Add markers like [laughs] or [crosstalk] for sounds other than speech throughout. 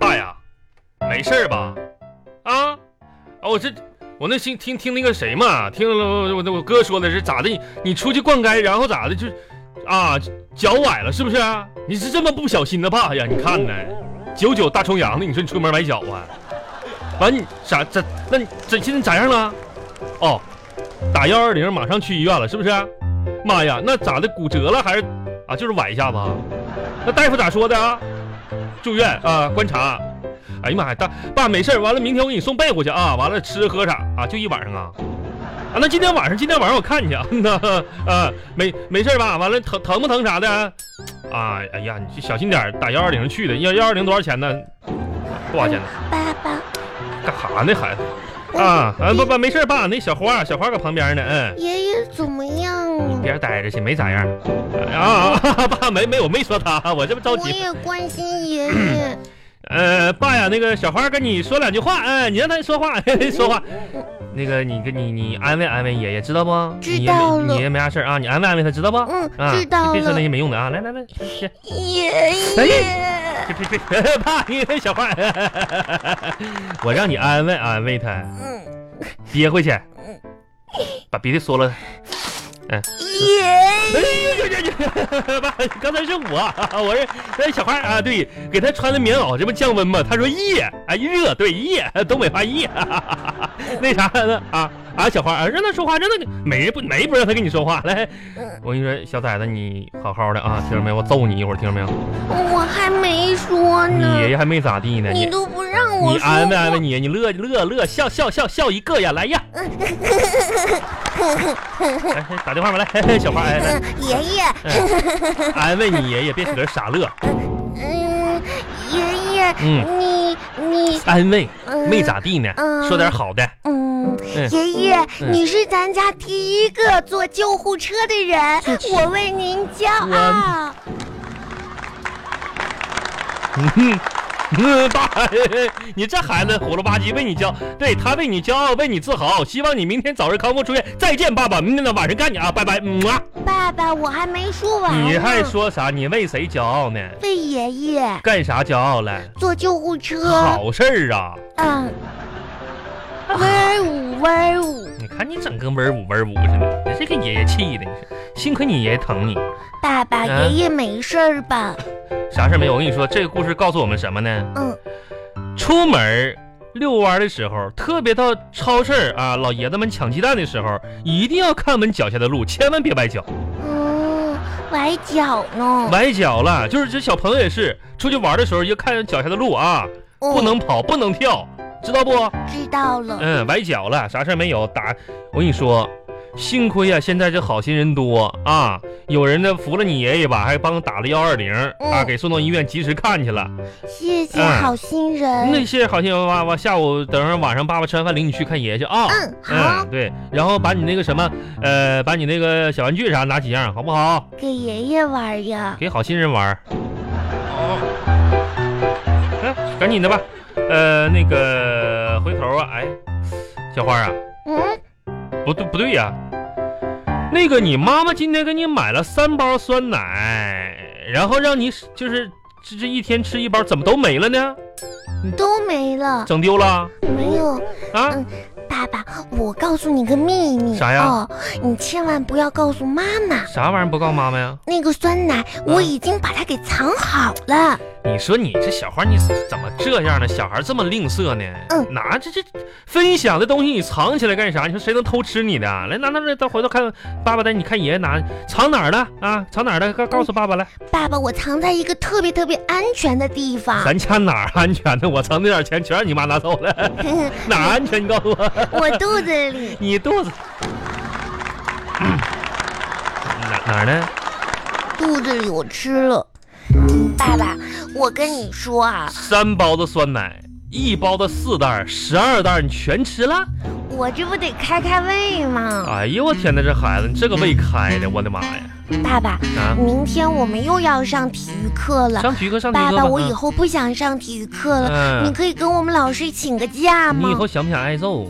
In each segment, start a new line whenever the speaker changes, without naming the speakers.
哎没事儿吧？啊，哦，我这我那听听听那个谁嘛，听了我我我哥说的是咋的？你你出去逛街，然后咋的就啊脚崴了是不是？你是这么不小心的吧？哎呀，你看呢，九九大重阳的，你说你出门崴脚啊？完你啥咋？那你这现在咋样了？哦，打幺二零，马上去医院了，是不是？妈呀，那咋的？骨折了还是啊？就是崴一下吧？那大夫咋说的啊？住院啊，观察。哎呀妈呀，大爸没事儿，完了明天我给你送被窝去啊，完了吃喝啥啊，就一晚上啊。啊，那今天晚上，今天晚上我看你去啊，那啊，没没事儿吧？完了疼疼不疼啥的？啊，哎呀，你小心点儿，打幺二零去的，幺幺二零多少钱呢？多少钱呢？
爸爸，
干啥呢，孩子？啊啊，不不，没事儿爸，那小花，小花搁旁边呢，嗯。
爷爷怎么样
你
啊？
边待着去，没咋样。啊，啊爸没没，我没说他，我这不着
我
急。
也关心爷爷。
呃，爸呀，那个小花跟你说两句话，哎、你让他说话，嘿 [laughs] 嘿说话。那个你跟你你安慰安慰爷爷，知道不？
知
你也
道
没
了
你也没啥事儿啊，你安慰安慰他，知道不？
嗯，
啊，
知道
别说那
了。
些没用的啊，来来来，别
爷
哎
爷，
别别 [laughs] 别，爸，你那小花， [laughs] 我让你安慰安慰他，
嗯，
憋回去，把鼻涕缩了。
爷
哎呦呦呦 [laughs] 呦！爸，刚才是我， [laughs] 我是那小花啊，对，给她穿的棉袄，这不降温吗？她说热，哎热，对热，东北话热， [laughs] 那啥呢啊啊，小花啊，让她说话，让她没人不没不让她跟你说话来，
嗯
我跟你说，小崽子，你好好的啊，听着没有？我揍你一会儿，听着没有？
我还没说
你爷
呢，
爷还没咋地呢，
嗯啊你
你
都不让我
你
说话。
安慰安慰你，你乐乐乐，笑笑笑笑一个呀，来呀，
嗯 [laughs]
来打电话吧，来，小花，哎来
嗯，爷爷，
哎安慰你爷爷，别搁这傻乐，
嗯，爷爷，
嗯。
你你
安慰，
嗯
没咋地呢，
嗯
说点好的。
嗯
嗯，
爷爷，
嗯
你是咱家第一个坐救护车的人，我为您骄傲。
嗯嗯，爸，你这孩子虎了吧唧，为你骄，对他为你骄傲，为你自豪。希望你明天早日康复出院。再见，爸爸，明天的晚上干你啊，拜拜。嗯啊，
爸爸，我还没说完呢。
你还说啥？你为谁骄傲呢？
为爷爷
干啥骄傲了？
坐救护车？
好事儿啊！
嗯，威武威武！
你看你整跟文武文武似的，你这给爷爷气的，你说幸亏你爷爷疼你，
爸爸，
嗯
爷爷没事儿吧？
啥事儿没有。我跟你说，这个故事告诉我们什么呢？
嗯
出门儿遛弯儿的时候，特别到超市儿啊，老爷子们抢鸡蛋的时候，一定要看稳脚下的路，千万别崴脚。
嗯，崴脚呢？
崴脚了，就是这小朋友也是，出去玩的时候要看脚下的路啊，
哦
不能跑，不能跳，知道不？
嗯知道了。
嗯，崴脚了，啥事儿没有。打，我跟你说，幸亏呀、现在这好心人多啊，有人呢扶了你爷爷吧，还帮打了幺二零啊，
嗯
给送到医院及时看去了。
谢谢
嗯
好心
那
人。
些好心娃娃，下午等上晚上爸爸吃完饭领你去看爷爷去啊。
嗯，好
嗯，，对，然后把你那个什么，呃，把你那个小玩具啥拿几样，好不好？
给爷爷玩呀。
给好心人玩儿。哎，赶紧的吧。呃，那个回头啊，哎，小花啊，
嗯，
不对不对呀、那个你妈妈今天给你买了三包酸奶，然后让你就是这这一天吃一包，怎么都没了呢？
都没了，
整丢了
没有。嗯
啊？
爸爸，我告诉你个秘密，
啥呀
哦，你千万不要告诉妈妈，
啥玩意儿不告妈妈呀？
那个酸奶
嗯
我已经把它给藏好了。
你说你这小花，你怎么这样呢？小孩这么吝啬呢？
嗯
拿这这分享的东西你藏起来干啥？你说谁能偷吃你的啊？来拿拿来，到回头看爸爸带你看爷爷拿，藏哪儿了啊？藏哪儿了？告告诉爸爸来，
爸爸，我藏在一个特别特别安全的地方，
咱家哪儿安全呢？我藏那点钱全让你妈拿走了，哪儿安全？你告诉我，
[laughs] 我肚子里。
你肚子、哪哪儿呢？
肚子里我吃了。爸爸，我跟你说啊，
三包的酸奶，一包的四袋，十二袋你全吃了？
我这不得开开胃吗？
哎呦我天哪，这孩子你这个胃开的，我的妈呀！
爸爸，
啊，
明天我们又要上体育课了。
上体育课上体育
爸
课
爸，
吧啊
我以后不想上体育课了，
嗯
你可以跟我们老师请个假
嗯，你以
吗
后？想不想挨揍？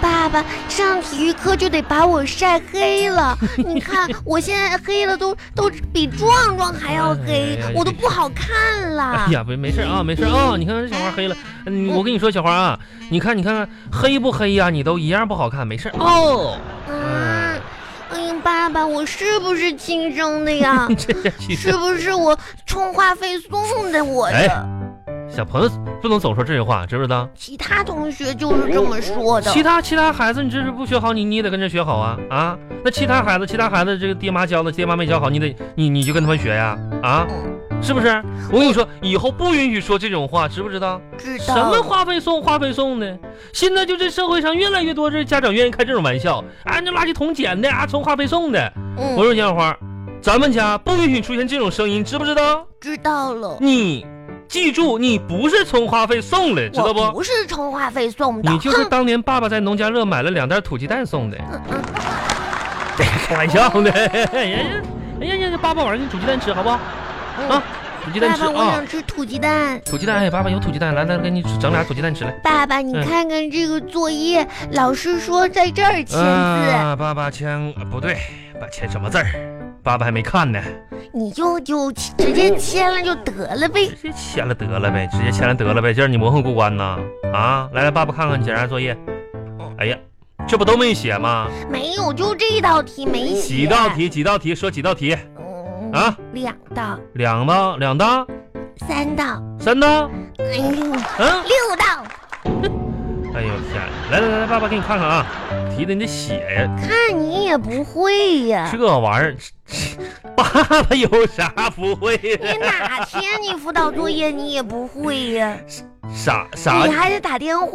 爸爸上体育课就得把我晒黑了，
[laughs]
你看我现在黑了都都比壮壮还要黑
哎呀，
我都不好看了
哎。呀，没没事啊，没事啊，你看这小花黑了，嗯，我跟你说，小花啊，你看你看看黑不黑呀、你都一样不好看，没事 [laughs] 哦。？
啊，哎呀，爸爸，我是不是亲生的呀
[laughs] 这样其实
是不是我充话费送的我
哎
的？
小朋友不能总说这些话，知不知道？
其他同学就是这么说的
其。他其他孩子，你这是不学好，你你也得跟着学好啊啊！那其他孩子，其他孩子这个爹妈教的，爹妈没教好，你得你你就跟他们学呀啊，是不是？我跟你说，以后不允许说这种话，知不知道？
知
什
道
么花费送花费送的，现在就这社会上越来越多这家长愿意开这种玩笑，啊，那垃圾桶捡的啊，从花费送的。我
嗯，
说小花，咱们家不允许出现这种声音，知不知道？
知道了。
你记住，你不是从花费送的，知道
我
不？
不是充话费送的。
你就是
哼
当年爸爸在农家乐买了两袋土鸡蛋送的，
嗯嗯
开玩笑哎的。人家人哎家这爸爸晚上给你煮鸡蛋吃，好不好？
嗯
啊煮鸡蛋
爸
吃
爸，我
啊
想，吃土鸡蛋。
土鸡蛋，哎，爸爸有土鸡蛋，来来，给你整俩土鸡蛋吃来。
爸爸，你
嗯
看看这个作业，老师说在这儿签字，
啊，爸爸签呃不对，爸签什么字儿？爸爸还没看呢，
你就就直接签了就得了呗
直。接签了得了呗，直接签了得了呗，这让你蒙混过关呢？啊，来来，爸爸看看检查作业。哎呀，这不都没写吗？
没有，就这道题没写。
几道？题？几道题？说几道题
嗯，
啊？
两道、
两道、两道、
三道、
三道？
哎呦，六
嗯，
道。
哎呦天，来来来来，爸爸给你看看啊，题得你得写呀，
看你也不会呀、
这玩意儿， [laughs] 爸爸有啥不会
你
呀？
哪天你辅导作业你也不会呀、
啥啥
你还得打电话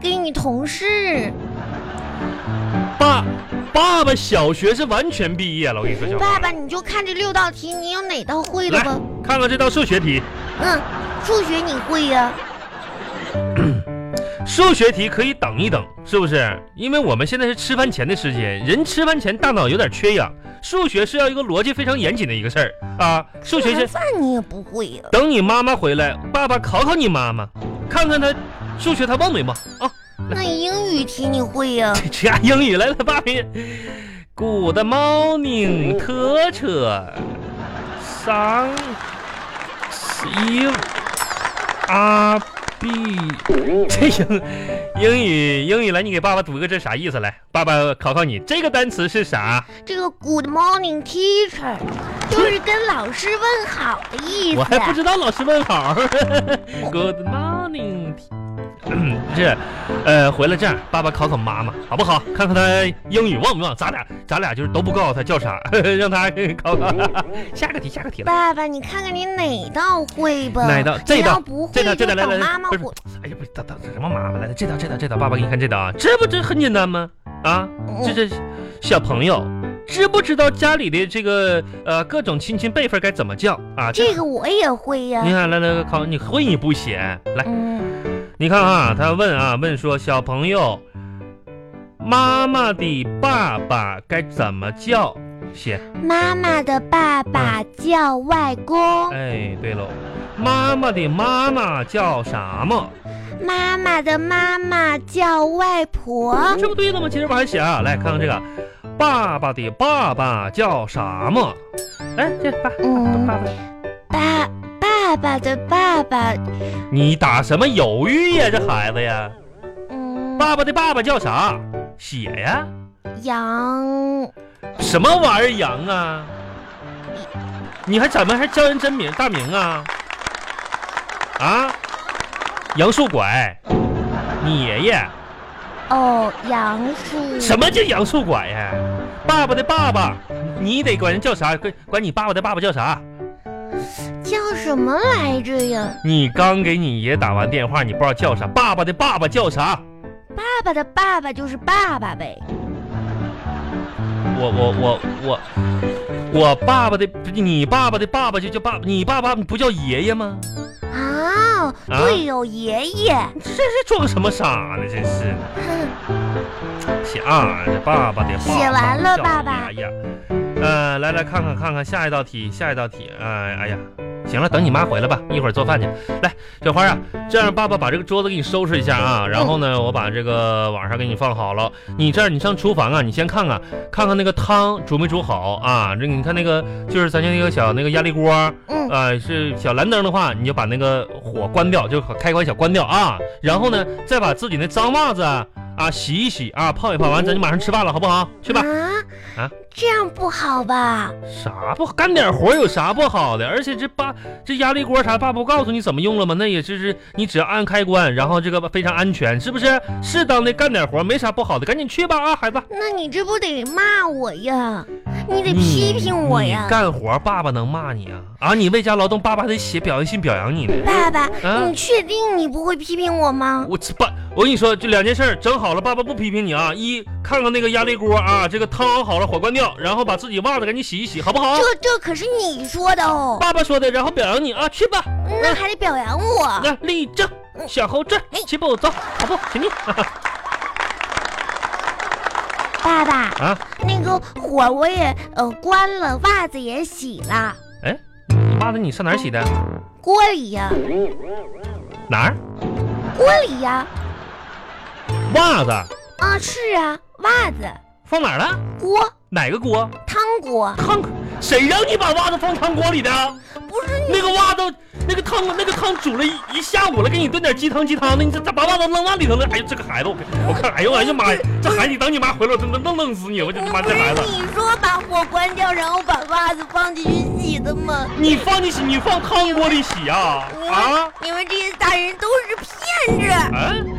给你同事。
爸，爸爸小学是完全毕业了，我跟你说，小
爸
花
爸，你就看这六道题，你有哪道会了
来
吧？
看看这道数学题，
嗯，数学你会呀、
数学题可以等一等，是不是？因为我们现在是吃饭前的时间，人吃饭前大脑有点缺氧，数学是要一个逻辑非常严谨的一个事儿啊。数学
吃
是
完饭你也不会呀、
等你妈妈回来，爸爸考考你妈妈，看看她数学她忘没忘啊？
那英语题你会呀、
这这家英语来了，爸比。Good morning, teacher. Sun is a b。这英英语英语来，你给爸爸读个这啥意思来？爸爸考考你，这个单词是啥？
这个 Good morning teacher
[laughs]
就是跟老师问好的意思。
我还不知道老师问好。Good morning. te- 嗯，是，呃，回来这样，爸爸考考妈妈，好不好？看看她英语忘不忘？咱俩，咱俩就是都不告诉她叫啥， [laughs] 让她考考。下个题，下个题了。
爸爸，你看看你哪道会吧？
哪道这
只要
道
不会
这道这
就
道来来
等
来
妈妈
不
回
是。哎呀，不是，等等什么妈妈来了？这道这道这道，爸爸给你看这道啊，这不这很简单吗？啊，
嗯
这这小朋友知不知道家里的这个呃各种亲戚辈分该怎么叫啊？
这个我也会呀、
你看来来考你会你不写来。
嗯，
你看啊，他问啊，问说小朋友，妈妈的爸爸该怎么叫？写，
妈妈的爸爸
嗯
叫外公，
哎，对喽，妈妈的妈妈叫啥么？
妈妈的妈妈叫外婆，
这不对了吗？接着往下写啊，来看看这个，爸爸的爸爸叫啥么？哎，这爸
嗯
爸爸，
爸爸爸的爸爸，
你打什么犹豫呀？这孩子呀，
嗯，
爸爸的爸爸叫啥？写呀，
杨
什么玩意儿羊啊？你还怎么还叫人真名大名啊？啊，杨树拐，你爷爷
哦，杨树
什么叫杨树拐呀、爸爸的爸爸，你得管人叫啥？管管你爸爸的爸爸叫啥？
叫什么来着呀？
你刚给你爷打完电话，你不知道叫啥？爸爸的爸爸叫啥？
爸爸的爸爸就是爸爸呗。
我我我我我爸爸的，你爸爸的爸爸就叫爸，你爸爸不叫爷爷吗？
啊，对有爷爷。
这是装什么傻呢？真是
[laughs]
的。
哼
写啊，这爸爸的爸爸
写完了
叫
爸爸
哎呀，呃，来来看看看看下一道题，下一道题，哎、哎呀，行了，等你妈回来吧，一会儿做饭去。来，小花啊，这样爸爸把这个桌子给你收拾一下啊，然后呢，我把这个网上给你放好了。你这样，你上厨房啊，你先看看看看那个汤煮没煮好啊。这你看那个就是咱家那个小那个压力锅，
嗯
呃，是小蓝灯的话，你就把那个火关掉，就开关小关掉啊。然后呢，再把自己那脏袜子啊啊洗一洗啊，泡一泡，完咱就马上吃饭了，好不好？去吧。
啊
啊
这样不好吧？
啥不干点活有啥不好的？而且这爸这压力锅啥，爸不告诉你怎么用了吗？那也就是你只要按开关，然后这个非常安全，是不是？适当的干点活没啥不好的，赶紧去吧啊，孩子。
那你这不得骂我呀？你
嗯
得批评我
你
呀，
干活爸爸能骂你啊？啊，你为家劳动，爸爸得写表扬信表扬你呢。
爸爸，
啊
你确定你不会批评我吗？
我这爸，我跟你说，这两件事儿整好了，爸爸不批评你啊。一，看看那个压力锅啊，这个汤熬好了，火关掉，然后把自己袜子赶紧洗一洗，好不好？
这这可是你说的哦，
爸爸说的，然后表扬你啊，去吧。
那还得表扬我。
来立正，向后站，齐步走，跑步前进。
爸爸，
啊，
那个火我也呃关了，袜子也洗了，
哎，袜子你上哪儿洗的？
锅里呀，
哪儿？
锅里呀，
袜子
啊是啊，袜子、
放哪儿了？
锅、
哪个锅？
汤锅，
汤？谁让你把袜子放汤锅里的？
不是
那个袜子，那个汤，那个汤煮了一一下午了，给你炖点鸡汤鸡汤的，你这咋把袜子扔那里头了？哎呀，这个孩子，我我看，哎呦，哎呀妈呀，这孩子，你等你妈回来，我真能弄弄死你！我就他妈
不
这
是
孩子，
你说把火关掉，然后把袜子放进去洗的吗？
你放你洗，你放汤锅里洗啊
你们
啊
你们这些大人都是骗子！
啊！